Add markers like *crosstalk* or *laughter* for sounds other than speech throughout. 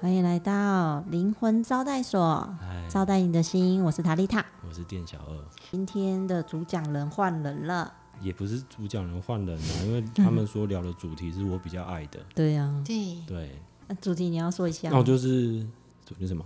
欢迎来到灵魂招待所，嗨，招待你的心，我是塔丽塔。我是店小二，今天的主讲人换人了，也不是主讲人换人啊， *laughs* 因为他们说聊的主题是我比较爱的，对呀、对，对，那主题你要说一下那吗，我就是就是什么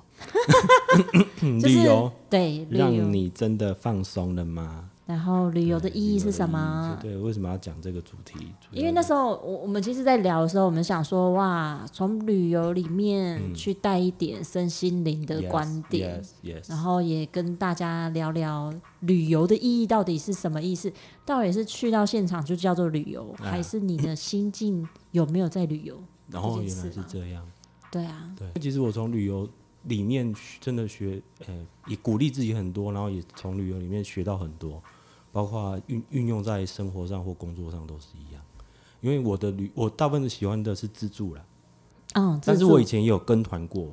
*laughs* 就是旅游，对旅让游，你真的放松了吗？然后旅游的对意义旅游是什么意义？对，为什么要讲这个主题？主要因为那时候我我们其实，在聊的时候，我们想说，哇，从旅游里面去带一点身心灵的嗯 Yes，观点。 ，yes，yes，然后也跟大家聊聊旅游的意义到底是什么意思？到底是去到现场就叫做旅游，啊还是你的心境有没有在旅游？然后这件原事来是嘛这样，对啊，对，其实我从旅游里面学真的学，呃，也鼓励自己很多，然后也从旅游里面学到很多，包括运运用在生活上或工作上都是一样。因为我的旅，我大部分喜欢的是自助啦，嗯，自但是助我以前也有跟团过，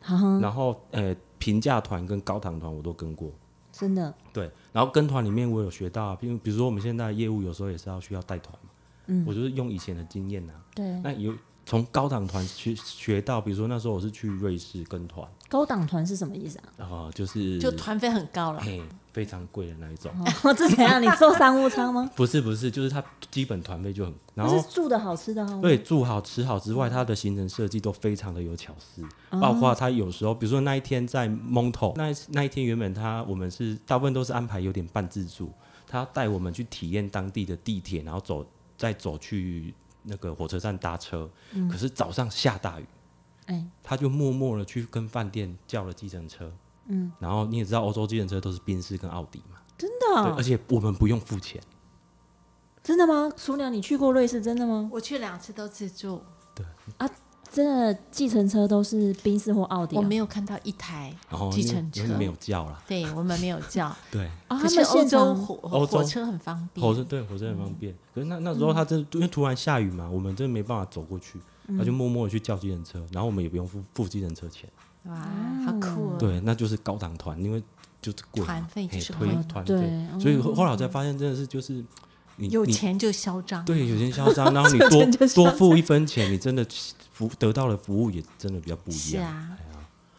哈哈，然后呃，平价团跟高档团我都跟过。真的，对，然后跟团里面我有学到啊，比如比如说我们现在的业务有时候也是要需要带团嘛，嗯，我就是用以前的经验呐、啊，对，那有从高档团学学到，比如说那时候我是去瑞士跟团，高档团是什么意思啊？啊、就是就团费很高了，嘿非常贵的那一种，哦， *laughs* 这怎样？你坐商务舱吗？不是不是，就是它基本团费就很， *laughs* 然不后是住的好吃的哦，对住好吃好之外，它的行程设计都非常的有巧思，包括它有时候，比如说那一天在蒙头，那一那一天原本它我们是大部分都是安排有点半自助，他带我们去体验当地的地铁，然后走再走去那个火车站搭车，可是早上下大雨。哎，他就默默的去跟饭店叫了计程车，嗯，然后你也知道欧洲计程车都是宾士跟奥迪嘛，真对，的而哦，且我们不用付钱，真的吗？厨娘，你去过瑞士，真的吗？我去两次都自助，真的，计程车都是宾士或奥迪、啊，我没有看到一台然后计程车因为，没有叫啦，对我们没有 *laughs* 叫。对，啊，可他是们欧现哦洲场火欧洲火车很方火便，车对火车很方便，可是那那时候他真因为突然下雨嘛，我们真的没办法走过去，他就默默的去叫计程车，然后我们也不用付付计程车钱，哇，好酷哦！对，那就是高档团，因为就是贵嘛，团费就嘿是推贵团对费，所以后后来我才发现真的是就是你有你钱就嚣张，对，有些嚣张，然后你这多人就嚣多张付一分钱，你真的服得到的服务也真的比较不一是样。啊，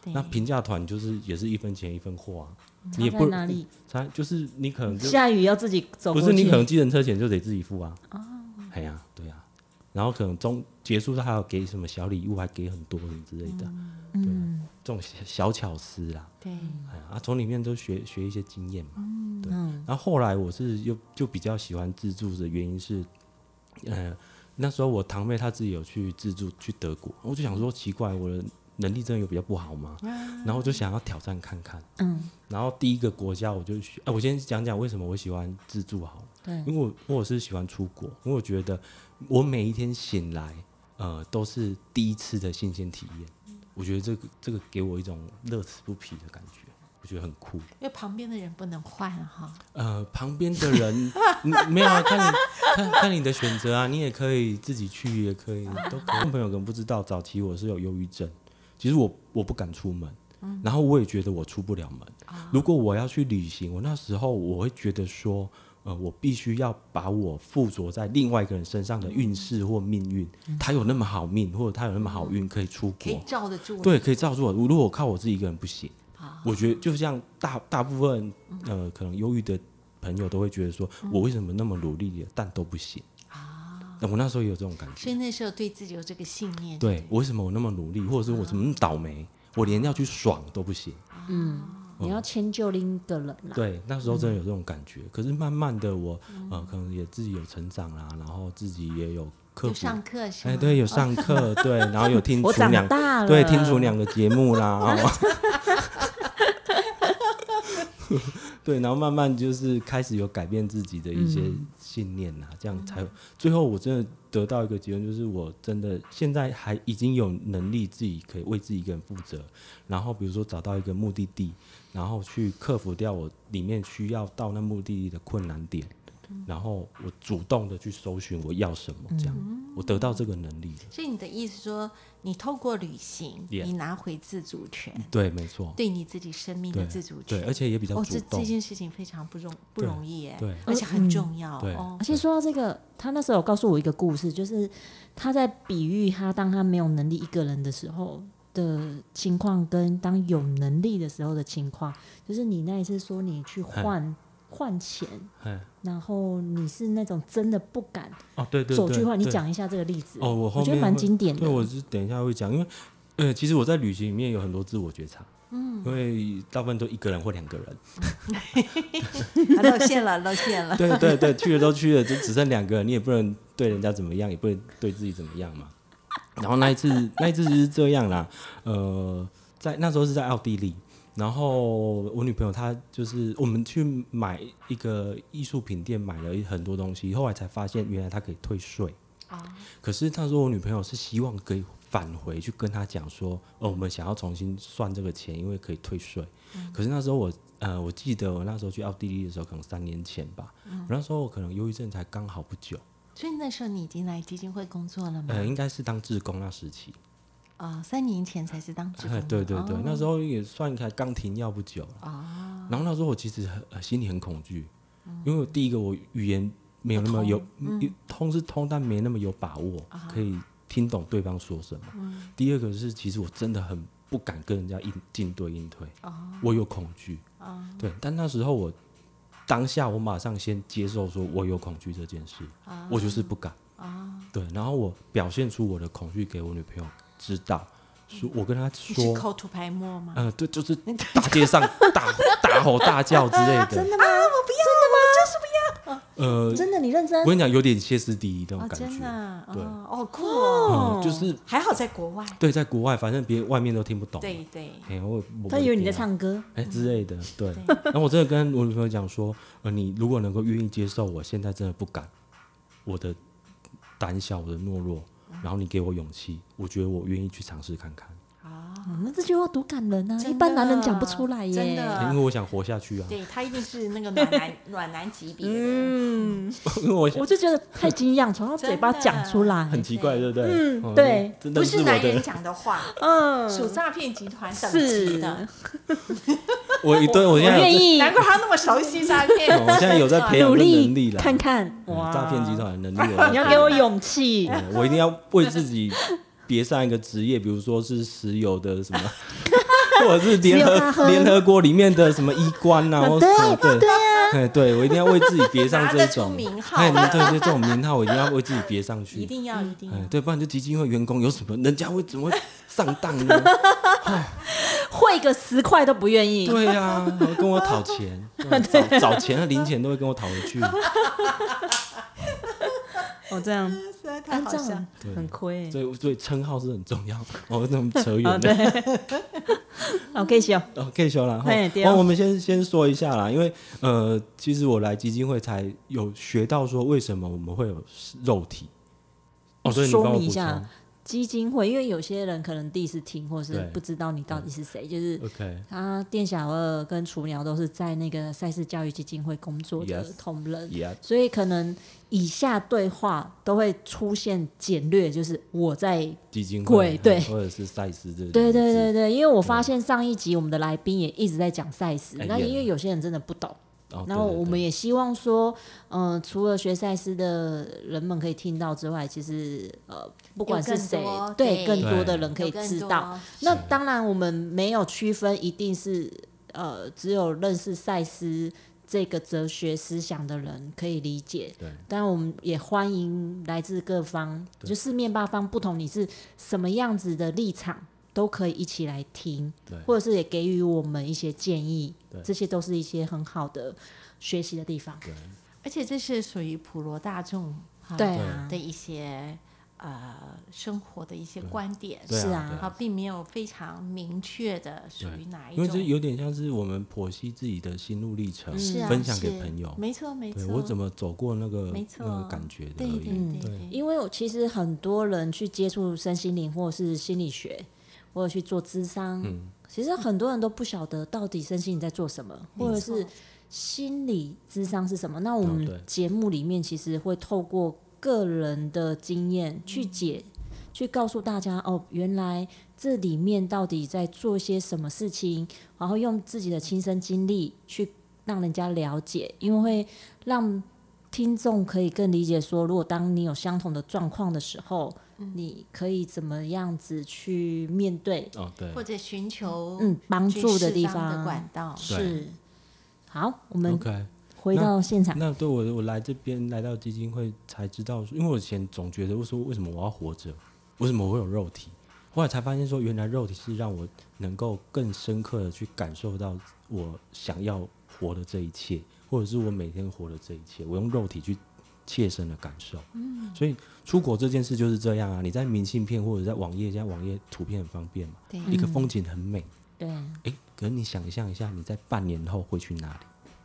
对那平价团就是也是一分钱一分货啊，你嗯差也在不哪里？才就是你可能就下雨要自己走不过去，哦是你可能计程车钱就得自己付啊。哎呀、对呀、然后可能中结束他还有给什么小礼物，还给很多人之类的，啊嗯，这种小小巧思啦。对，哎呀，啊，从里面都学学一些经验嘛。嗯对。然后后来我是又就比较喜欢自助的原因是，呃，那时候我堂妹她自己有去自助去德国，我就想说奇怪，我的能力真的有比较不好吗？啊然后我就想要挑战看看。嗯。然后第一个国家我就去，哎、我先讲讲为什么我喜欢自助好了。对，因为我因为我是喜欢出国，因为我觉得我每一天醒来，呃，都是第一次的新鲜体验。我觉得这个这个给我一种乐此不疲的感觉，我觉得很酷。因为旁边的人不能换哈，呃，旁边的 *laughs* 人嗯没有啊，看你看看你的选择啊，你也可以自己去，也可以都可以。朋友可能不知道，早期我是有忧郁症，其实我我不敢出门，嗯然后我也觉得我出不了门。啊如果我要去旅行，我那时候我会觉得说，呃，我必须要把我附着在另外一个人身上的运势或命运，他有那么好命，或者他有那么好运可以出嗯可以国，罩得住。对，可以罩住我。如果我靠我自己一个人不行，啊，我觉得就像大大部分呃，可能忧郁的朋友都会觉得说，嗯我为什么那么努力了，但都不行啊？那我那时候也有这种感所觉，以那时候对自己有这个信念。对，我为什么我那么努力，或者是我怎么那么倒霉，我连要去爽都不行。啊你要迁就另一个人啊啦。嗯对，那时候嗯真的有这种感觉。可是慢慢的我，呃，可能也自己有成长啦，然后自己也有克就服。上课是哎，吗？哦对，有上课，对，然后有听我厨长娘，大了，对，听厨娘的节目啦。哦 *laughs* 对，然后慢慢就是开始有改变自己的一些信念啦，这样才有最后我真的得到一个结论，就是我真的现在还已经有能力自己可以为自己一个人负责，然后比如说找到一个目的地，然后去克服掉我里面需要到那目的地的困难点。然后我主动的去搜寻我要什么，这样、我得到这个能力了。所以你的意思说，你透过旅行， Yeah 你拿回自主权，对，没错，对你自己生命的对自主权对，。而且也比较哦，主这动这。件事情非常不容不对容易耶，对嗯而且很重要对哦 *laughs* 而。且说到这个，他那时候有告诉我一个故事，就是他在比喻他当他没有能力一个人的时候，的情况跟当有能力的时候的情况，就是你那一次说你去嗯换换钱，哎，然后你是那种真的不敢哦，对对对，走去换，你对讲一下这个例子。哦，我后我面觉得蛮会经典的。对，我是等一下会讲，因为呃，其实我在旅行里面有很多自我觉察，嗯，因为大部分都一个人或两个人，啊露馅了，露馅了。对对对，去了都去了，就只剩两个人，你也不能对人家怎么样，也不能对自己怎么样嘛。然后那一次，那一次就是这样啦，呃，在那时候是在奥地利，然后我女朋友她就是我们去买一个艺术品店买了很多东西，后来才发现原来她可以退税。啊，可是他说我女朋友是希望可以返回去跟他讲说，哦，我们想要重新算这个钱，因为可以退税。可是那时候我，呃，我记得我那时候去奥地利的时候，可能三年前吧。我那时候我可能忧郁症才刚好不久，所以那时候你已经来基金会工作了吗？呃，应该是当志工那时期。啊，三年前才是当职工哎的。对对对，哦那时候也算才刚停药不久了。然后那时候我其实很呃心里很恐惧，嗯因为我第一个我语言没有那么有通是通，但没那么有把握啊可以听懂对方说什么。第二个是其实我真的很不敢跟人家应进对应退，我有恐惧。对，但那时候我当下我马上先接受说我有恐惧这件事，我就是不敢。对，然后我表现出我的恐惧给我女朋友知道，说我跟她你是说，口吐白沫吗？哦呃，对，就是大街上大大吼大叫之类 *laughs* 的啊真。的吗？我不要，呃，真的吗？真的，你认真我。跟你讲，有点歇斯底里那种哦，感真的觉。啊，对哦，哦酷哦嗯，就是还好在国外。对，在国外，反正别外面都听不懂。对对，嘿，我我他以为你在唱歌，哎之类的，对。然后我真的跟我女朋友讲说，呃，你如果能够愿意接受我现在真的不敢，我的胆小，我的懦弱，嗯然后你给我勇气，我觉得我愿意去尝试看看，啊，嗯那这句话多感人啊！真的一般男人讲不出来耶。真的因为我想活下去啊，对他一定是那个暖男暖男级别的，嗯， *laughs* 因为我想我就觉得太惊讶，从他嘴巴讲出来，很奇怪，对不对？嗯哦对，真的不我是男人的，讲的话，嗯，属诈骗集团等级是的，我对我我现在愿有在意难怪他那么熟悉诈骗。哦我现在有 *laughs* 在培养嗯努这能力力啦，看看嗯哇，啊诈骗集，团的能力有在 *laughs* 你培养，要给我勇气，对我一定要为自己别上一个职业，比如说是石油的什么， *laughs* 或者是联石油大合亨联合国里面的什么医官呐、啊，啊或对什么对对啊，对我一定要为自己别上这种拿得出名号哎，的对对，这种名号我一定要为自己别上去，一定要一定哎，要，对，不然就基金会员工有什么，人家会怎么会上当呢？ *laughs* 汇个十块都不愿意，对呀、啊，还跟我讨钱，对找找钱和零钱都会跟我讨回去，哦这样，实在太哎啊好这笑样。对很亏所以所以称号是很重要。哦，那么啊扯远了对。， *laughs* 好可以笑，哦，可以修了哈。嘿对哦，我们先先说一下啦，因为呃，其实我来基金会才有学到说为什么我们会有肉体。哦，所以你帮说我明一补下充。基金会，因为有些人可能第一次听，或是对不知道你到底是谁，就是。 OK，他店小二跟厨娘都是在那个赛事教育基金会工作的 Yes 同仁也、yeah, 所以可能以下对话都会出现简略，就是我在基金会啊贵对或者是赛斯这对两对个字对对，因为我发现上一集我们的来宾也一直在讲赛事哎，那也因为有些人真的不懂，哦，然后对对我对们也希望说，嗯，除了学赛事的人们可以听到之外，其实呃，不管是谁有更多，对对更多的对人可以有更知多哦道。那当然，我们没有区分，一定是呃，只有认识赛斯这个哲学思想的人可以理解。对当然，我们也欢迎来自各方，就四面八方不同，你是什么样子的立场，都可以一起来听对，或者是也给予我们一些建议对。这些都是一些很好的学习的地方。而且这是属于普罗大众哈对啊的一些呃生活的一些观点，对是啊啊对啊，并没有非常明确的属于哪一因为这种，有点像是我们剖析自己的心路历嗯程，是啊，分享给是朋友。没错没对错，我怎么走过那个没错那个感觉的而对对已。对对对，因为我其实很多人去接触身心灵或是心理学，或者去做咨商，其实很多人都不晓得到底身心灵在做什么，嗯或者是心理咨商是什么。那我哦对们节目里面其实会透过个人的经验去解，去告诉大家哦，原来这里面到底在做些什么事情，然后用自己的亲身经历去让人家了解，因为会让听众可以更理解说，如果当你有相同的状况的时候，嗯你可以怎么样子去面对？哦，对，或者寻求嗯，帮哦去助适地当的方管道，是。好，我们 OK，回到现场。那对我我来这边来到基金会才知道说，因为我以前总觉得我说为什么我要活着，为什么我会有肉体，后来才发现说原来肉体是让我能够更深刻的去感受到我想要活的这一切，或者是我每天活的这一切，我用肉体去切身的感受。嗯，所以出国这件事就是这样啊，你在明信片或者在网页，现在网页图片很方便嘛，对，一个风景很美，对，诶，可是你想象一下，你在半年后会去哪里？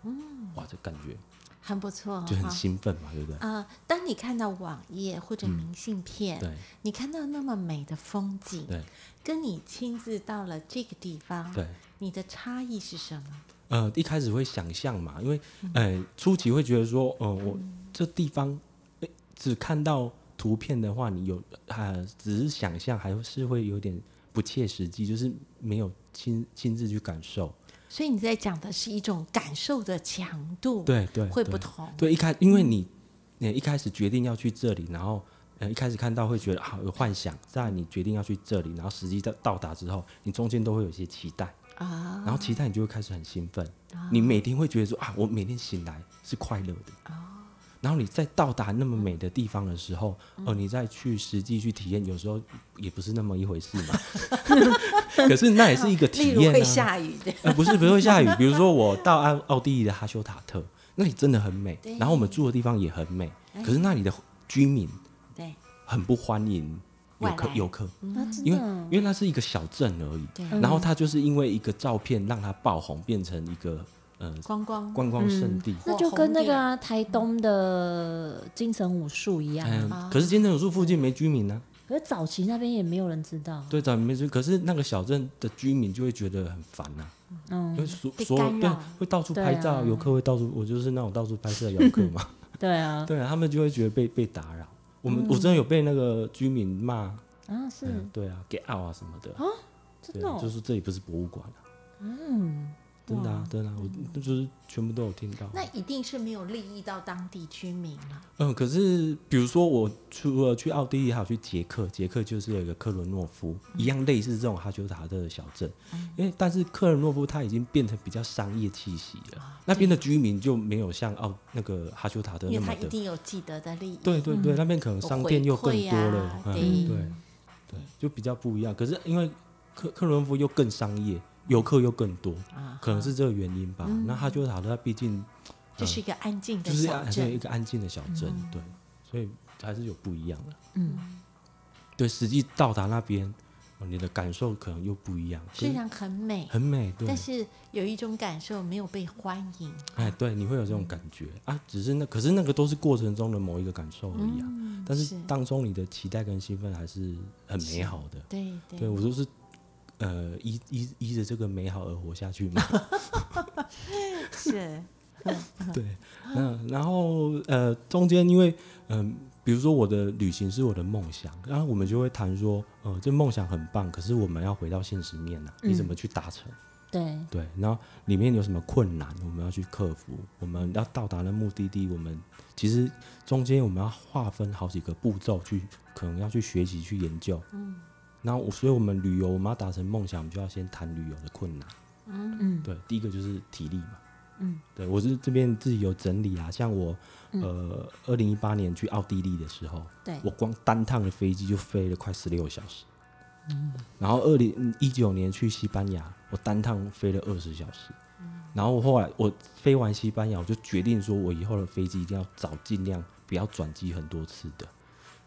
嗯，哇，这感觉很不错就很哈。兴奋嘛，对不对？啊，当你看到网页或者明信片，嗯对你看到那么美的风景，对跟你亲自到了这个地方，对，你的差异是什么？呃，一开始会想象嘛，因为嗯呃初期会觉得说，呃，我这地方、诶只看到图片的话，你有呃只是想象，还是会有点不切实际，就是没有亲亲自去感受。所以你在讲的是一种感受的强度，，对对，会不对同，对，一开因为你你一开始决定要去这里，然后呃一开始看到会觉得啊好、有幻想，再来你决定要去这里，然后实际到到达之后，你中间都会有一些期待啊，然后期待你就会开始很兴奋，你每天会觉得说啊，我每天醒来是快乐的哦然后你在到达那嗯么美的地方的时候，哦、你再去实际去体验，有时候也不是那么一回事嘛。 *laughs* 可是那也是一个 *laughs* 例体如验、啊。会下雨 *laughs* 的，呃，不是，不是会下雨。比如说我到奥奥地利的哈修塔特，那里真的很美，然后我们住的地方也很美，哎可是那里的居民对很不欢迎游外客来游客，那真因为的因为那是一个小镇而已，对，然后它就是因为一个照片让它爆红，变成一个呃光光观光圣地。那火就跟红那个点啊、台东的金城武术一样、啊，嗯，可是金城武术附近没居民呢、啊可是早期那边也没有人知道啊。对，咱们没居。可是那个小镇的居民就会觉得很烦呐、嗯因为所被所有干对扰会到处对拍啊照，游客会到处，我就是那种到处拍摄的游客 *laughs* 嘛。对啊，对啊，他们就会觉得被被打扰。我们、我真的有被那个居民骂，啊嗯是、嗯，对啊，给 out 啊什么的，真对的啊哦、就是这里不是博物馆啊，嗯，真的啊，真的啊，我就是全部都有听到。那一定是没有利益到当地居民了。嗯，可是比如说我除了去奥地利，还有去捷克，捷克就是有一个克伦诺夫，一样类似这种哈修塔特的小镇，嗯因为但是克伦诺夫它已经变成比较商业气息了，那边的居民就没有像奥那个哈修塔特啊因那么为他的一定有既得的利益。对对对，那边可能商店又更多了，回馈嗯，啊对对对，就比较不一样。可是因为克克伦夫又更商业，游客又更多，啊可嗯能是这个原因吧。那哈修塔特它毕竟这嗯是一个安静就的是小安对一镇，嗯个安静的小镇，对，所以还是有不一样的。嗯，对，实际到达那边，哦你的感受可能又不一样，可虽然很美，很美，对啊但，是有一种感受没有被欢迎。哎，对，你会有这种感觉啊，只是那可是那个都是过程中的某一个感受而已啊。但是嗯是当中你的期待跟兴奋还是很美好的。对对对我都是呃依依依着这个美好而活下 *laughs* 去嘛。是对，嗯，然后呃中间因为嗯、比如说我的旅行是我的梦想，然后我们就会谈说，呃，这梦想很棒，可是我们要回到现实面呐、嗯你怎么去达成？对，对，然后里面有什么困难，我们要去克服，我们要到达的目的地，我们其实中间我们要划分好几个步骤去，可能要去学习去研究。嗯，然后我所以我们旅游，我们要达成梦想，我们就要先谈旅游的困难。嗯，对，第一个就是体力嘛。嗯，对我是这边自己有整理啊，像我呃，二零一八年去奥地利的时候，对我光单趟的飞机就飞了快十六小时。然后二零一九年去西班牙，我单趟飞了二十小时。然后后来我飞完西班牙，我就决定说，我以后的飞机一定要找尽量不要转机很多次的，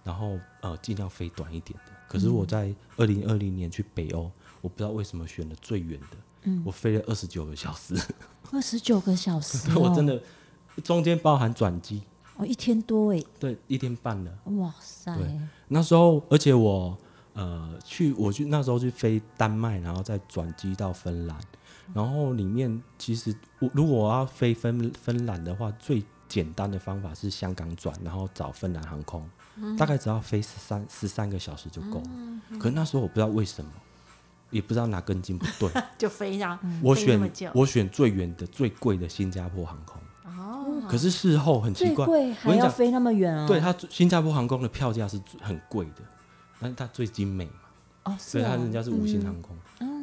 然后呃尽量飞短一点的。可是我在二零二零年去北欧，我不知道为什么选了最远的，我飞了二十九个小时， *laughs* 二十九个小时、哦，我真的中间包含转机，哦一天多哎，对，一天半了。哇塞，哎对那时候，而且我呃去，我去那时候去飞丹麦，然后再转机到芬兰，然后里面其实我如果我要飞芬芬兰的话，最简单的方法是香港转，然后找芬兰航空，嗯大概只要飞十三十三个小时就够了。可那时候我不知道为什么，也不知道哪根筋不对， *laughs* 就非常嗯我 *laughs* 飞那么选久我选最远的最贵的新加坡航空。哦，啊，可是事后很奇最怪，贵我还跟你要讲，飞那么远嗯哦。对，它最新加坡航空的票价是最很贵的，但是它最精美嘛，哦，所是以它啊，嗯人家是五嗯星航空。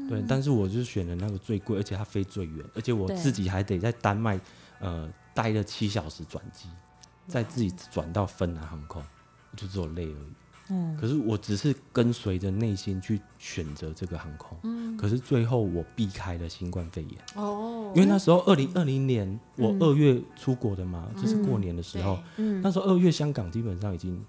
对，但是我就是选了那个最贵，而且它飞最远，而且我对自己还得在丹麦呃待了七小时转机，再自己转到芬兰航空，我就只有累而已。嗯可是我只是跟随着内心去选择这个航空，可是最后我避开了新冠肺炎，嗯哦，嗯因为那时候二零二零年我二月出国的嘛，就是过年的时候，嗯那时候二月香港基本上已经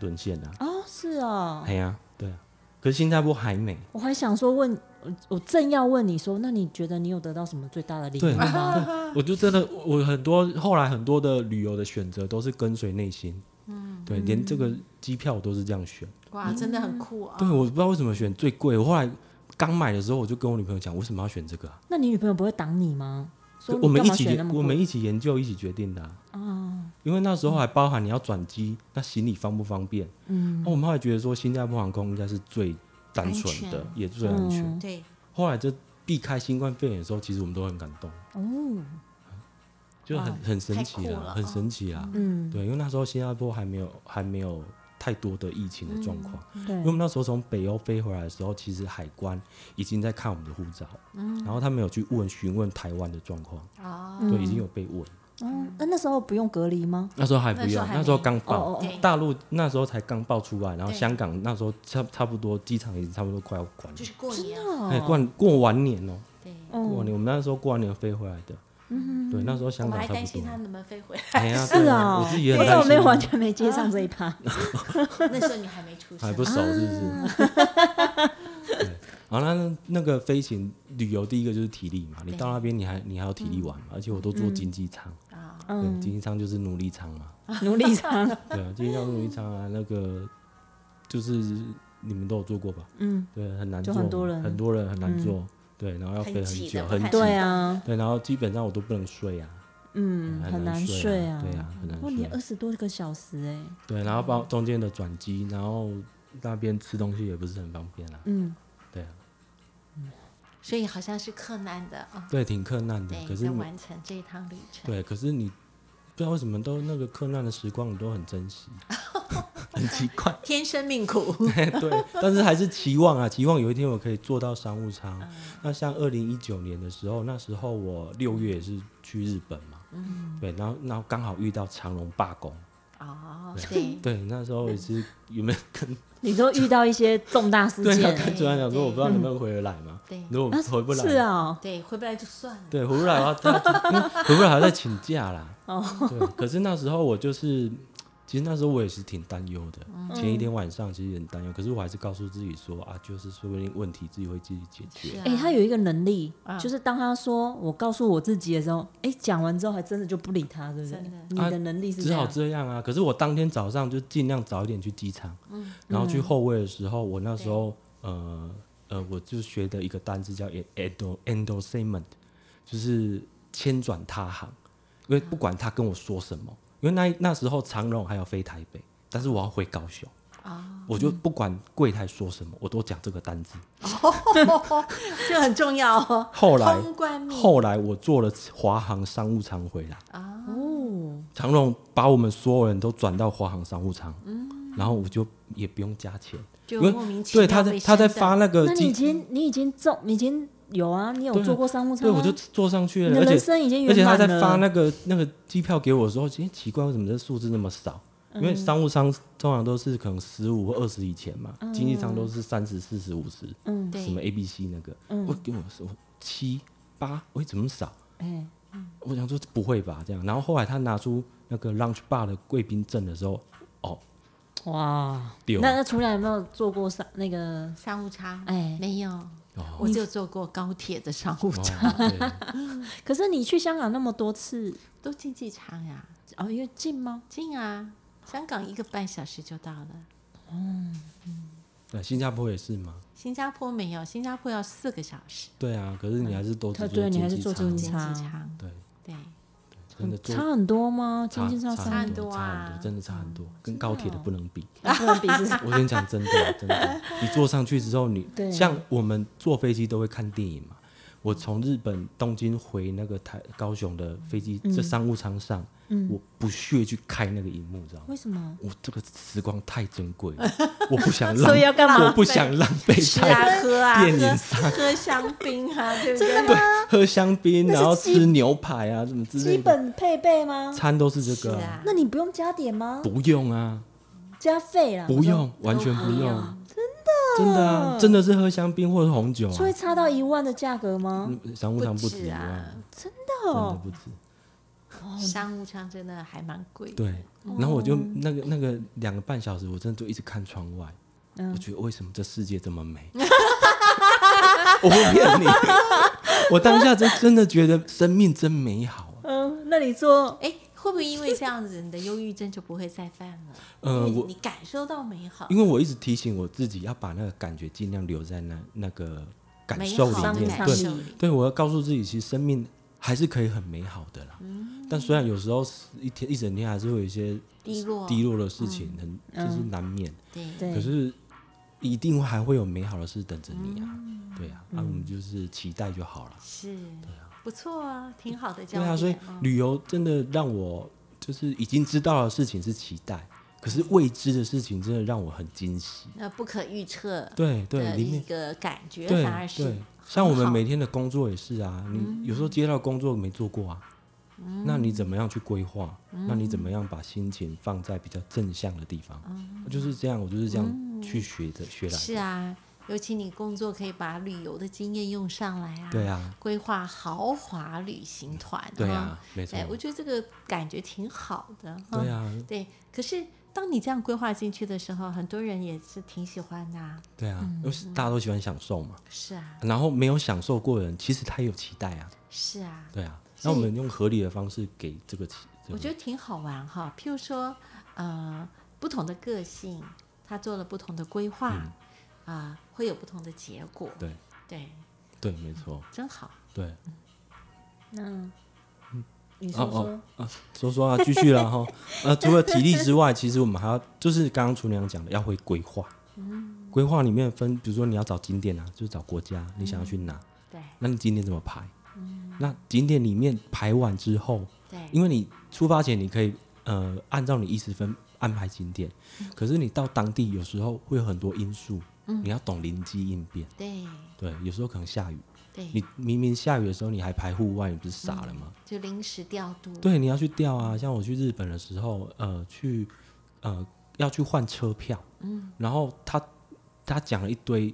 沦陷了，哦，是哦。哎呀、对啊，可是新加坡还没，我还想说问，我我正要问你说，那你觉得你有得到什么最大的礼物对吗？我就真的我我很多后来很多的旅游的选择都是跟随内心，嗯，对，连这个机票我都是这样选，哇，真的很酷啊哦对，，我不知道为什么选最贵，我后来。刚买的时候，我就跟我女朋友讲，为什么要选这个啊？那你女朋友不会挡你吗？说我们你干一嘛起选那研么我贵哦们一起研究一起决定的啊。因为那时候还包含你要转机，那行李方不方便？嗯，那我们后来觉得说新加坡航空应该是最单纯的安，也最安全。嗯对，后来就避开新冠肺炎的时候，其实我们都很感动，哦，就很哇很神奇太酷啦，了很神奇啦。嗯，对，因为那时候新加坡还没有还没有太多的疫情的状况。嗯因为我对，哦们那时候从北欧飞回来的时候，其实海关已经在看我们的护照，嗯然后他们有去问询问台湾的状况，啊哦，对，已经有被问。哦，那那时候不用隔离吗？那时候还不那时候要，还那时候没刚哦爆哦哦，大陆那时候才刚爆出来，然后对香港那时候差差不多机场也差不多快要关了就，是过真年的，哎，哦，过过完年哦，对，嗯过完年我们那时候过完年飞回来的，对，那时候我香们港还差担不心他多，能不能 *laughs* 飞回来，哎呀，是对啊，我自己也我很怎担么没有完心，全没接上这一 *laughs* 趴？那时候你还没出还生不，熟是不是？啊 *laughs* 对，然后那那个飞行旅游第一个就是体力嘛，你对到那边你还你还有体力玩嘛，而且我都坐经济舱，对，嗯，经济舱就是奴隶舱嘛，努力 *laughs* 上，对 *laughs* 啊，今天要录一场啊，那个就是你们都有做过吧？嗯，对，很难就做，很多人嗯很多人很难做，对，然后要很飞很挤久，的很不太挤对啊，对，然后基本上我都不能睡啊，嗯，很难难睡啊，啊，对啊，很哇，难你睡二，十多个小时哎，对，然后包中间的转机，然后那边吃东西也不是很方便啊，嗯，对啊，所以好像是克难的啊，对，挺困难的，嗯可对，是要你完成这一趟旅程，对，可是你不知道为什么都那个困难的时光，你都很珍惜，很奇怪。天生命 *laughs* 苦，对，但是还是期望啊，期望有一天我可以做到商务舱。那像二零一九年的时候，那时候我六月也是去日本嘛，对，然后然后刚好遇到长隆罢工，哦，对，对，那时候也是有没有跟你都遇到一些重大事 *laughs* 对啊，件，跟主任讲说我不知道能不能回得来嘛，对如果嗯啊回不来，是啊，对，回不来就算了，对，回不来的话，但因为回不来还在请假 *laughs* 啦。哦对，可是那时候我就是，其实那时候我也是挺担忧的。嗯前一天晚上其实很担忧，可是我还是告诉自己说啊，就是说不定问题自己会自己解是决。啊哎、他有一个能力，啊就是当他说我告诉我自己的时候，哎、讲完之后还真的就不理他，对不对真的？你啊的能力是这只好样，这样啊！可是我当天早上就尽量早一点去机场，嗯然后去后位的时候，我那时候呃呃，我就学的一个单词叫 endo endorsement，就是千转他行，因为不管他跟我说什么，因为那那时候长荣还要飞台北，但是我要回高雄。啊我就不管柜台说什么，我都讲这个单字。嗯这很重要哦，后来，通关密后来我坐了华航商务舱回来，哦，长荣把我们所有人都转到华航商务舱，然后我就也不用加钱，就因为莫名其对妙他在被他在升发等那个那你已机，经你已经中，你已经有啊，你有对啊坐过商务舱、对啊，我就坐上去你了，的而人且生已经而圆且他满在了。发那个那个机票给我的时候，其实奇怪为什么这数字那么少？因为商务舱通常都是可能十五或二十以前嘛，经济舱都是三十、四十、五十，嗯，什么对， A、B、C 那个，我给我说七八，喂，怎么少？哎、我想说不会吧，这样。然后后来他拿出那个 lunch bar 的贵宾证的时候，哦，哇，丢那那除了有没有坐过商那个？商务舱，哎没有，我就坐过高铁的商务舱，哦可是你去香港那么多次，都经济舱呀，哦，因为近吗？近啊，香港一个半小时就到了。对，对，新加坡也是吗？新加坡没有，新加坡要四个小时对啊，可是你还是都只对做对你还是经济做经舱经济济舱舱，对对，真的做差很多吗？经济上嗯差商很多多，差很啊多，真的差很多，跟高铁的不能比。啊不能比是我跟你讲，真的真的，你坐上去之后，你 *laughs* 对像我们坐飞机都会看电影嘛。我从日本东京回那个台高雄的飞机，嗯这商务舱上，我不屑去开那个荧幕，知道吗？ *laughs* 为什么？我这个时光太珍贵了， *laughs* 我不想浪所以要干我嘛？不想浪费吃在啊喝啊，电影喝喝香槟啊，对不对？喝香槟，那是然后基吃牛排啊，什么之基类的，本配备吗？餐都是这个是啊、啊，那你不用加点吗？不用啊，加费啦，不用，完全不不用用，真的，真的啊，真的是喝香槟或者红酒我啊说，会差到一万的价格吗？嗯商务舱不止一不止啊万，真的哦，不止。哦商务舱真的还蛮贵的。对，然后我哦就那个那个两个半小时，我真的就一直看窗外，嗯我觉得为什么这世界这么美？ *laughs* 我不骗你，我当下真真的觉得生命真美好啊。嗯，那你做哎，会不会因为这样子，你的忧郁症就不会再犯了？呃因为我你感受到美好因，为我一直提醒我自己要把那个感觉尽量留在那那个感美受好的里面，感对受里。对，我要告诉自己，其实生命还是可以很美好的啦。嗯但虽然有时候一天一整天还是会有一些低落低落的事情，嗯很就是难免。对，对可是一定还会有美好的事等着你啊！嗯对啊，那、我们就是期待就好了。是，不错啊，挺好的教对啊，所以练啊。旅游真的让我就是已经知道的事情是期待，可是未知的事情真的让我很惊喜。那不可预测对对，的里一面个感觉，对反而是对很，像我们好每天的工作也是啊，你有时候接到工作没做过啊，嗯那你怎么样去规划？那你怎么样把心情放在比较正向的地方？就是这样，我就是这样去学的学来嗯是的。啊，尤其你工作可以把旅游的经验用上来啊，对啊，规划豪华旅行团、对啊，啊，没错哎，，我觉得这个感觉挺好的哈。对啊，对可是当你这样规划进去的时候，很多人也是挺喜欢的啊、对啊，因为大家都喜欢享受嘛。是啊，然后没有享受过的人，其实他也有期待啊，是啊，对啊。所那以我们用合理的方式给这个期，这我个觉得挺好玩哈。譬如说，呃，不同的个性，他做了不同的规划，啊、会有不同的结果。嗯对对，对，没错，真好。对。那，你哦说说哦，啊，说说啊，继续啦 *laughs* 哈。呃，除了体力之外，其实我们还要就是刚刚厨娘讲的，要会规划。嗯规划里面分，比如说你要找景点啊，就是找国家，你想要去哪，对那你景点怎么排？嗯那景点里面排完之后，对，因为你出发前你可以呃按照你意思分安排景点，可是你到当地有时候会有很多因素，你要懂临机应变。对对，有时候可能下雨，对，你明明下雨的时候你还排户外，你不是傻了吗？就临时调度。对，你要去调啊。像我去日本的时候，呃，去呃要去换车票，嗯，然后他他讲了一堆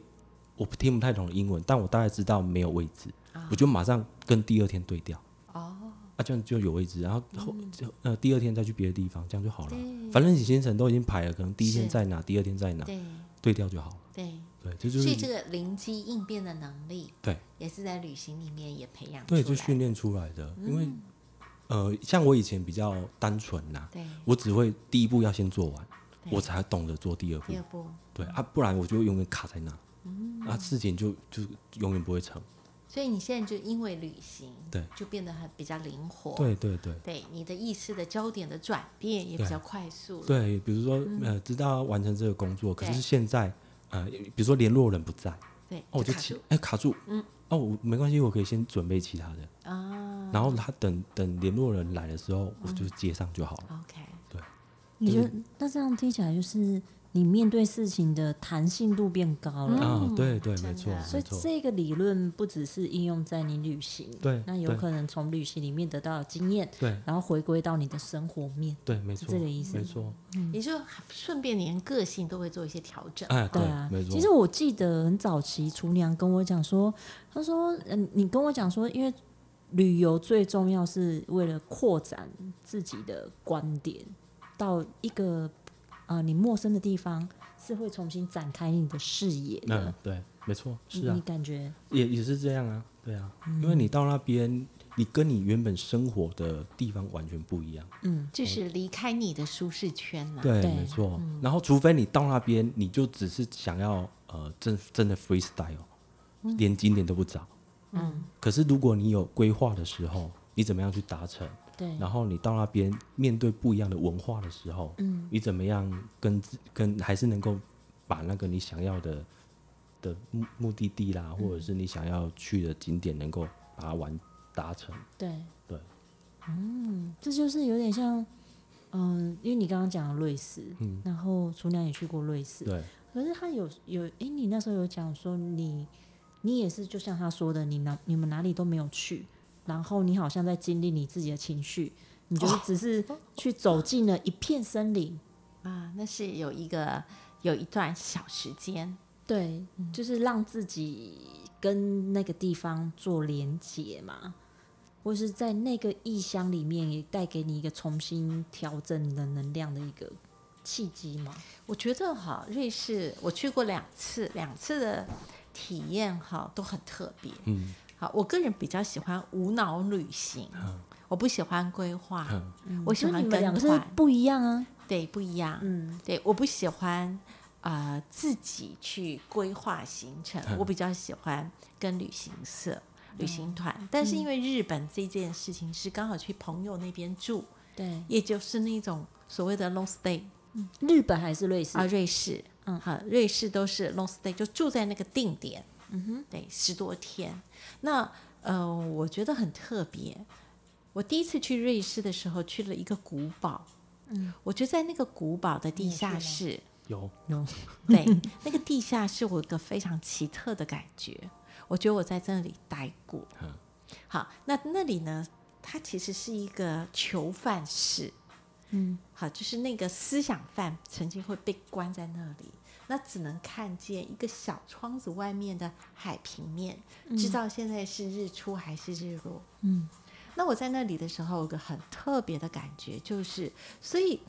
我听不太懂的英文，但我大概知道没有位置，啊我就马上跟第二天对调。哦，啊，这样就有位置，然后嗯后、就呃第二天再去别的地方，这样就好了。反正你行程都已经排了，可能第一天是在哪，第二天在哪，对对调就好了。对，对，这就所是以这个灵机应变的能力，对，也是在旅行里面也培养对，出就来嗯训练出来的。因为呃，像我以前比较单纯呐、对我只会第一步要先做完，对我才懂得做第二步第。二步，对啊，不然我就永远卡在那，啊，事情就就永远不会成。所以你现在就因为旅行，对，就变得很比较灵活，对对对对，你的意识的焦点的转变也比对较快速了，对，比如说呃，知道要完成这个工作，可对是现在呃，比如说联络人不在，对，哦，我就卡起住哎卡住，嗯，哦，我没关系，我可以先准备其他的，啊然后他等等联络人来的时候，我就接上就好了。 ，OK，你觉得那这样听起来就是你面对事情的弹性度变高了，啊，对对，真没的错嗯所没以错，这个理论不只是应用在你旅行，对那有对可能从旅行里面得到的经验，对然后回归到你的生活面，对，没是错，这个意思没错，也就顺便连个性都会做一些调整，哎，对啊没，错。其实我记得很早期厨娘跟我讲说，她说，嗯，你跟我讲说，因为旅游最重要是为了扩展自己的观点，到一个呃你陌生的地方，是会重新展开你的视野的嗯。，对，没错，你是啊你，感觉也也是这样啊，对啊，因为你到那边，你跟你原本生活的地方完全不一样，就是离开你的舒适圈了，对嗯对没错。然后，除非你到那边，你就只是想要呃，真真的 freestyle，连哦景点都不找，嗯。可是，如果你有规划的时候，你怎么样去达成？对，然后你到那边面对不一样的文化的时候，嗯，你怎么样跟自跟还是能够把那个你想要的的目目的地啦，嗯或者是你想要去的景点，能够把它完达成。对对，嗯，这就是有点像，嗯、因为你刚刚讲了瑞士，然后厨娘也去过瑞士，嗯对，可是他有有，诶，你那时候有讲说你，你也是就像他说的，你哪你们哪里都没有去，然后你好像在经历你自己的情绪，你就是只是去走进了一片森林，啊，那是有一个有一段小时间，对，就是让自己跟那个地方做连结嘛，或是在那个异乡里面也带给你一个重新调整你的能量的一个契机嘛。我觉得哈，瑞士我去过两次，两次的体验哈都很特别。嗯，好，我个人比较喜欢无脑旅行，我不喜欢规划，嗯我喜所以欢你们两跟个是团，不一样啊，对，不一样。嗯，对，我不喜欢呃自己去规划行程，我比较喜欢跟旅行社、旅嗯行团。但是因为日本这件事情是刚好去朋友那边住，对，也就是那种所谓的 long stay 日本还是瑞士啊，瑞士，嗯，好，瑞士都是 long stay，就住在那个定点，嗯哼，对，十多天。那呃，我觉得很特别。我第一次去瑞士的时候，去了一个古堡，嗯，我就在那个古堡的地你也去下吗室，有对，那个地下室我有一个非常奇特的感觉，我觉得我在这里待过。好，那那里呢？它其实是一个囚犯室。嗯，好，就是那个思想犯曾经会被关在那里，那只能看见一个小窗子外面的海平面，知道现在是日出还是日落。嗯，那我在那里的时候，有个很特别的感觉，就是所以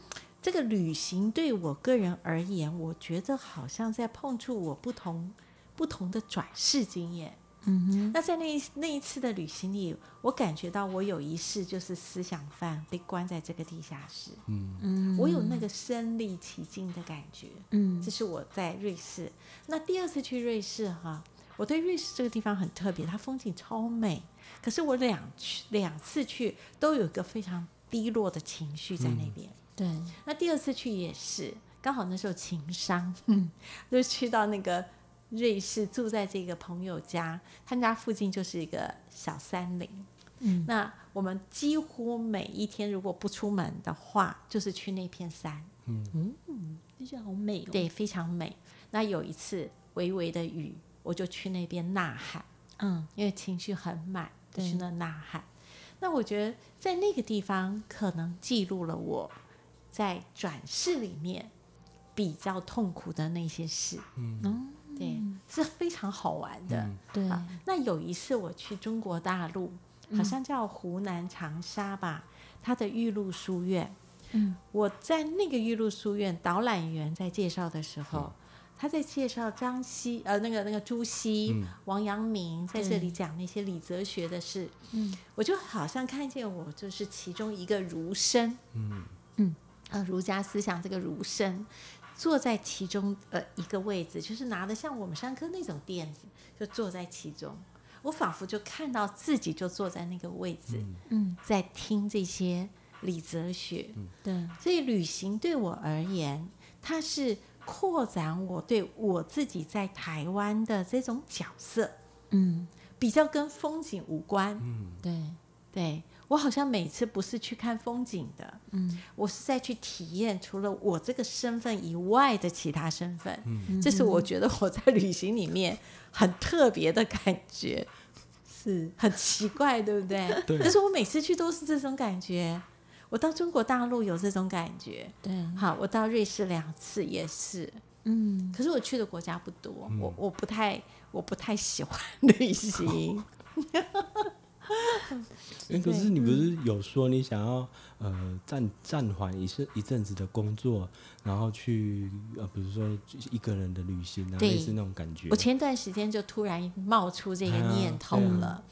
这个旅行对我个人而言，我觉得好像在碰触我不同不同的转世经验。嗯哼，那在那一那一次的旅行里，我感觉到我有一世就是思想犯被关在这个地下室，嗯我有那个身临其境的感觉，嗯，这是我在瑞士。那第二次去瑞士哈，我对瑞士这个地方很特别，它风景超美，可是我两去两次去都有一个非常低落的情绪在那边，对，那第二次去也是，刚好那时候情商，嗯，就去到那个瑞士，住在这个朋友家，他们家附近就是一个小山林。嗯，那我们几乎每一天如果不出门的话，就是去那片山，这就好美哦。对，非常美。那有一次微微的雨，我就去那边呐喊，嗯，因为情绪很满，就对去那呐喊。那我觉得在那个地方可能记录了我在转世里面比较痛苦的那些事，嗯，对，是非常好玩的。对，啊那有一次我去中国大陆，好像叫湖南长沙吧，它的玉露书院。嗯，我在那个玉露书院导览员在介绍的时候，他在介绍张希呃那个那个朱熹、王阳明在这里讲那些理哲学的事。嗯，我就好像看见我就是其中一个儒生。嗯嗯啊，儒家思想这个儒生。坐在其中呃一个位置，就是拿的像我们上课那种垫子，就坐在其中。我仿佛就看到自己就坐在那个位置，嗯，在听这些理哲学。对，所以旅行对我而言，它是扩展我对我自己在台湾的这种角色，嗯，比较跟风景无关。对，对我好像每次不是去看风景的，嗯，我是在去体验除了我这个身份以外的其他身份，嗯，这是我觉得我在旅行里面很特别的感觉，是很奇怪，对不对？对但是我每次去都是这种感觉，我到中国大陆有这种感觉，对，好，我到瑞士两次也是，嗯，可是我去的国家不多，我我不太我不太喜欢旅行，哎，可是你不嗯是有说你想要呃暂暂缓一是一阵子的工作，然后去呃比如说一个人的旅行啊，对类似那种感觉我。前段时间就突然冒出这个念头嗯了，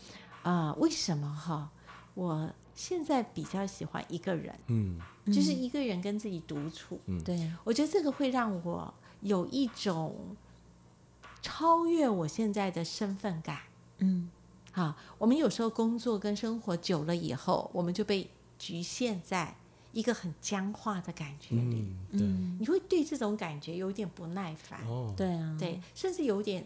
啊、为什么哈？我现在比较喜欢一个人，嗯，就是一个人跟自己独处。对，我觉得这个会让我有一种超越我现在的身份感。嗯，啊，我们有时候工作跟生活久了以后，我们就被局限在一个很僵化的感觉里，嗯，对，你会对这种感觉有点不耐烦。哦，对啊，对，甚至有点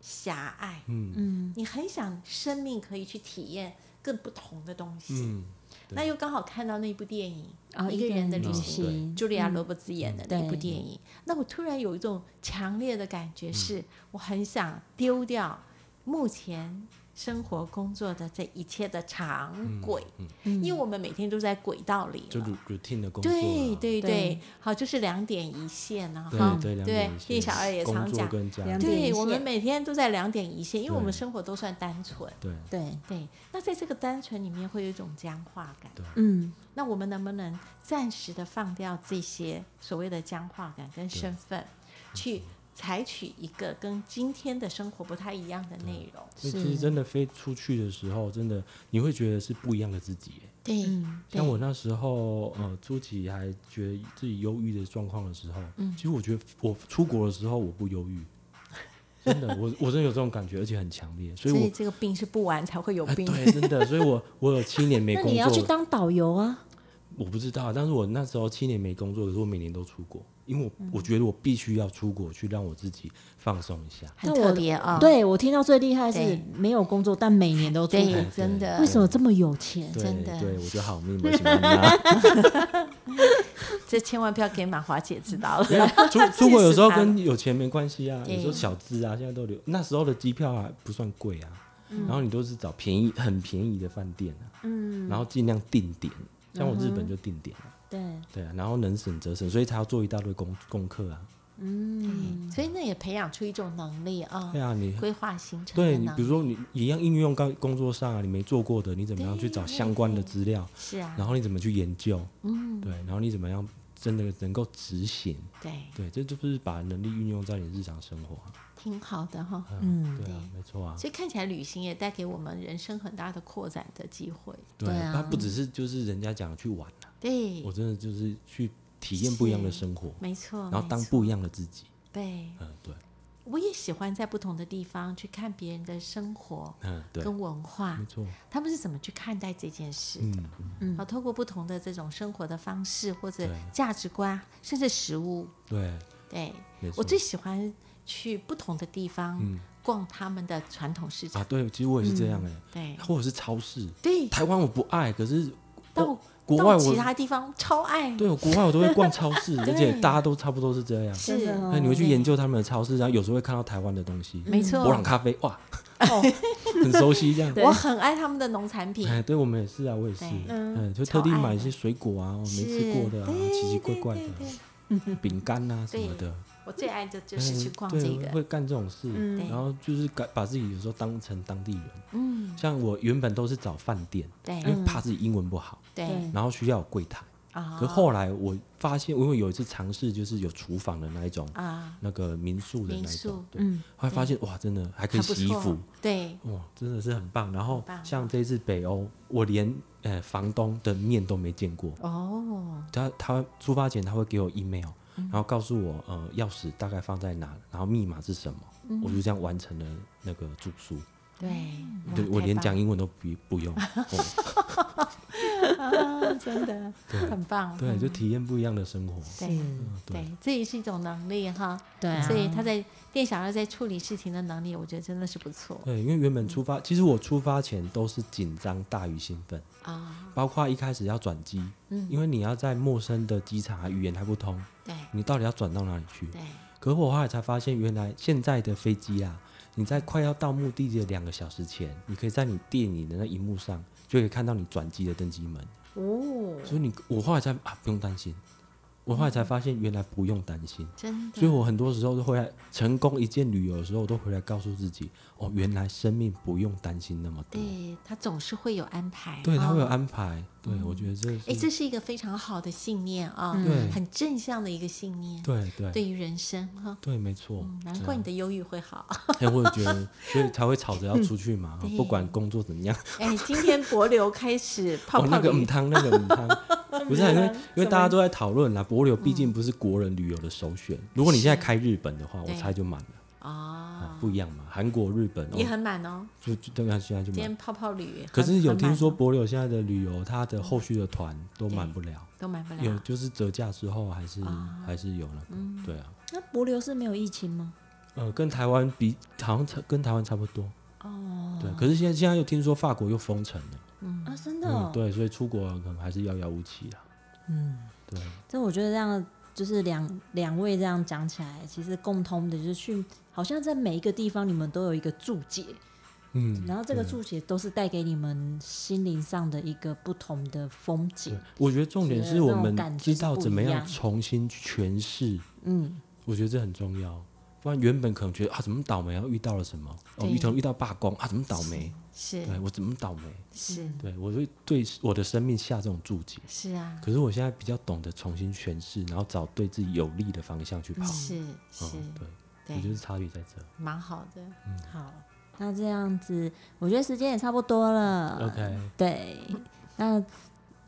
狭隘，嗯嗯你很想生命可以去体验更不同的东西。嗯，对那又刚好看到那部电影啊，一个人的旅旅行》，行，茱莉亚·罗伯兹演的嗯那部对电影，那我突然有一种强烈的感嗯觉是，我很想丢掉目前生活工作的这一切的常轨，嗯因为我们每天都在轨道里就了。 ru- routine 的工作啦，啊对对对对，好，就是两点一线呢、对哈。对两对点一，线叶小二也常工作讲，跟家两庭点一对线我们每天都在两点一线，因为对我们生活都算单纯。对对，对，那在这个单纯里面会有一种僵化感。嗯那我们能不能暂时的放掉这些所谓的僵化感跟身份，去采取一个跟今天的生活不太一样的内容？所以其实是真的飞出去的时候，真的你会觉得是不一样的自己耶。对嗯，像我那时候，呃，初期还觉得自己忧郁的状况的时候，嗯其实我觉得我出国的时候我不忧郁，真的，我我真的有这种感觉，而且很强烈，所以所以我这个病是不完才会有哎病。对，真的，所以我我有七年 *laughs* 没那工你要去作，当导游啊？我不知道，但是我那时候七年没工作，可是我每年都出国，因为我、嗯我觉得我必须要出国去让我自己放松一下，很但特我别啊、对我听到最厉害是对没有工作，但每年都出国对，对真的为。什么这么有钱？对真的对，我就好命，我喜欢 *laughs* 他。这千万不要给马华姐知道了。出出国有时候跟有钱没关系啊，对有时候小资啊，现在都流。那时候的机票啊不算贵啊，嗯然后你都是找便宜很便宜的饭店啊，嗯，然后尽量定点，像我日嗯本就定点啊，对，对啊，然后能省则省，所以才要做一大堆功功课啊。嗯，所以那也培养出一种能力啊、对啊，你规划行程对的你能比如力。说你一样应用刚工作上啊，你没做过的，你怎么样去找相关的资料，是啊，然后你怎么去研究，嗯，对，然后你怎么样真的能够执行。对，对，这就是把能力运用在你日常生活啊。挺好的哈。嗯，对啊，没错啊。所以看起来旅行也带给我们人生很大的扩展的机会。对，对啊它不只是就是人家讲去玩啊，对我，真的就是去体验不一样的生活，没错。然后当没错不一样的自己。对，嗯，对，我也喜欢在不同的地方去看别人的生活嗯，对，跟文化没，错，他们是怎么去看待这件事。嗯，然后透过不同的这种生活的方式或者对价值观，甚至食物，对，对没错。嗯我最喜欢去不同的地方逛他们的传统市啊，场。对，其实我也是这样哎、对或者是超市，对，台湾我不爱，可是到国到外其我他地方超爱，对我国外我都会逛超 *laughs* 市，而且对大家都差不多是这样。真是的哦那你会去对研究他们的超市，然后有时候会看到台湾的东西，没错哦博。朗咖啡，哇， *laughs* 很熟悉这样。我很爱他们的农产品，哎，对我们也是啊，我也是对，嗯，就超特地爱买一的些水果啊，我没吃是过的啊，对奇奇怪对怪对对的啊饼干啊什么对的，我最爱的就是嗯去逛对这个，会干这种事，对然后就是感把自己有时候当成当地人。嗯，像我原本都是找饭店，因对嗯为怕自己英文不好，对然后需要有柜台。啊可后来我发现，因为有一次尝试就是有厨房的那一种，啊，那个民宿的民那一种宿，嗯对，后来发现哇，真的还可以还不洗衣服错，，对，哇，真的是很棒。然后棒像这次北欧，我连呃房东的面都没见过。哦，他他出发前他会给我 email，、然嗯后告诉我呃钥匙大概放在哪，然后密码是什么，嗯我就这样完成了那个住宿。对，嗯哇对我连，讲太英文都不不用，哦棒了真的很棒，对，就体验不一样的生活。对嗯对，对，这也是一种能力哈，对啊所以他在店小二在处理事情的能力，我觉得真的是不错对，因为原本出发，其实我出发前都是紧张大于兴奋，啊，嗯包括一开始要转机，因为你要在陌生的机场啊，语言还不通，对你到底要转到哪里去？对，可是我后来才发现，原来现在的飞机啊，你在快要到目的地的两个小时前，你可以在你电影的那荧幕上就可以看到你转机的登机门。哦，所以你我后来才啊不用担心，我后来才发现原来不用担心。真所以的，我很多时候都回来成功一件旅游的时候，我都回来告诉自己，哦，原来生命不用担心那么多。对他总是会有安排，对，他会有哦。安排。对，我觉得这哎，是这是一个非常好的信念啊，嗯对很正向的一个信念，对啊对对嗯于人生哈，对，没错。难怪你的忧郁会好。哎，我也觉得，所以才会吵着要出去 *laughs* 嘛，哦对不管工作怎么样。哎，今天博流开始 *laughs* 泡哦，泡那个旅母汤，那个母 *laughs* 汤，不是啊因为因为大家都在讨论啦，帛琉毕嗯竟不是国人旅游的首选。如果你现在开日本的话，我对猜就满了，哦，啊不一样嘛。韩国、日本也哦，很满哦。就就对啊，现在就今满。天泡泡旅很，可是有很满听说哦帛琉现在的旅游，它的后续的团都满不了，都买不有了。啊嗯就是折价之后还是还是有那个，对啊，那博流是没有疫情吗？呃，跟台湾比，好像差跟台湾差不多。哦，对，可是现在现在又听说法国又封城了，啊，真的、哦嗯，对，所以出国可能还是遥遥无期啊啦。嗯，对，这我觉得这样就是两两位这样讲起来，其实共通的就是去，好像在每一个地方你们都有一个注解，嗯，然后这个对注解都是带给你们心灵上的一个不同的风景对。，我觉得重点是我们那种感觉知是道不怎么一样样重新诠释，嗯，我觉得这很重要。不然原本可能觉得啊，怎么倒霉啊，遇到了什么？哦，对遇到遇到罢工啊，怎么倒霉？是对我怎么倒霉？是对我会对我的生命下这种注解。是啊，可是我现在比较懂得重新诠释，然后找对自己有利的方向去跑。是是，嗯，对，我觉对，得差别在这。蛮好的。好，那这样子，我觉得时间也差不多了。 OK，对，那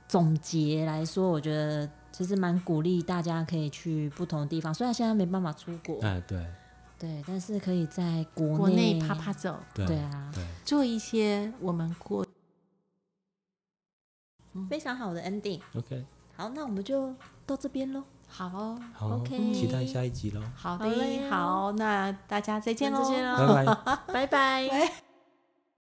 总结来说，我觉得其实蛮鼓励大家可以去不同的地方，虽然现在没办法出国，哎，对对，但是可以在国国内内啪啪走，对对啊，对，做一些我们过非常好的 ending。 OK，好，那我们就到这边喽。好哦，好 OK 期待下一集喽，好好嘞的，好，那大家再见那喽，就这样拜拜。拜拜。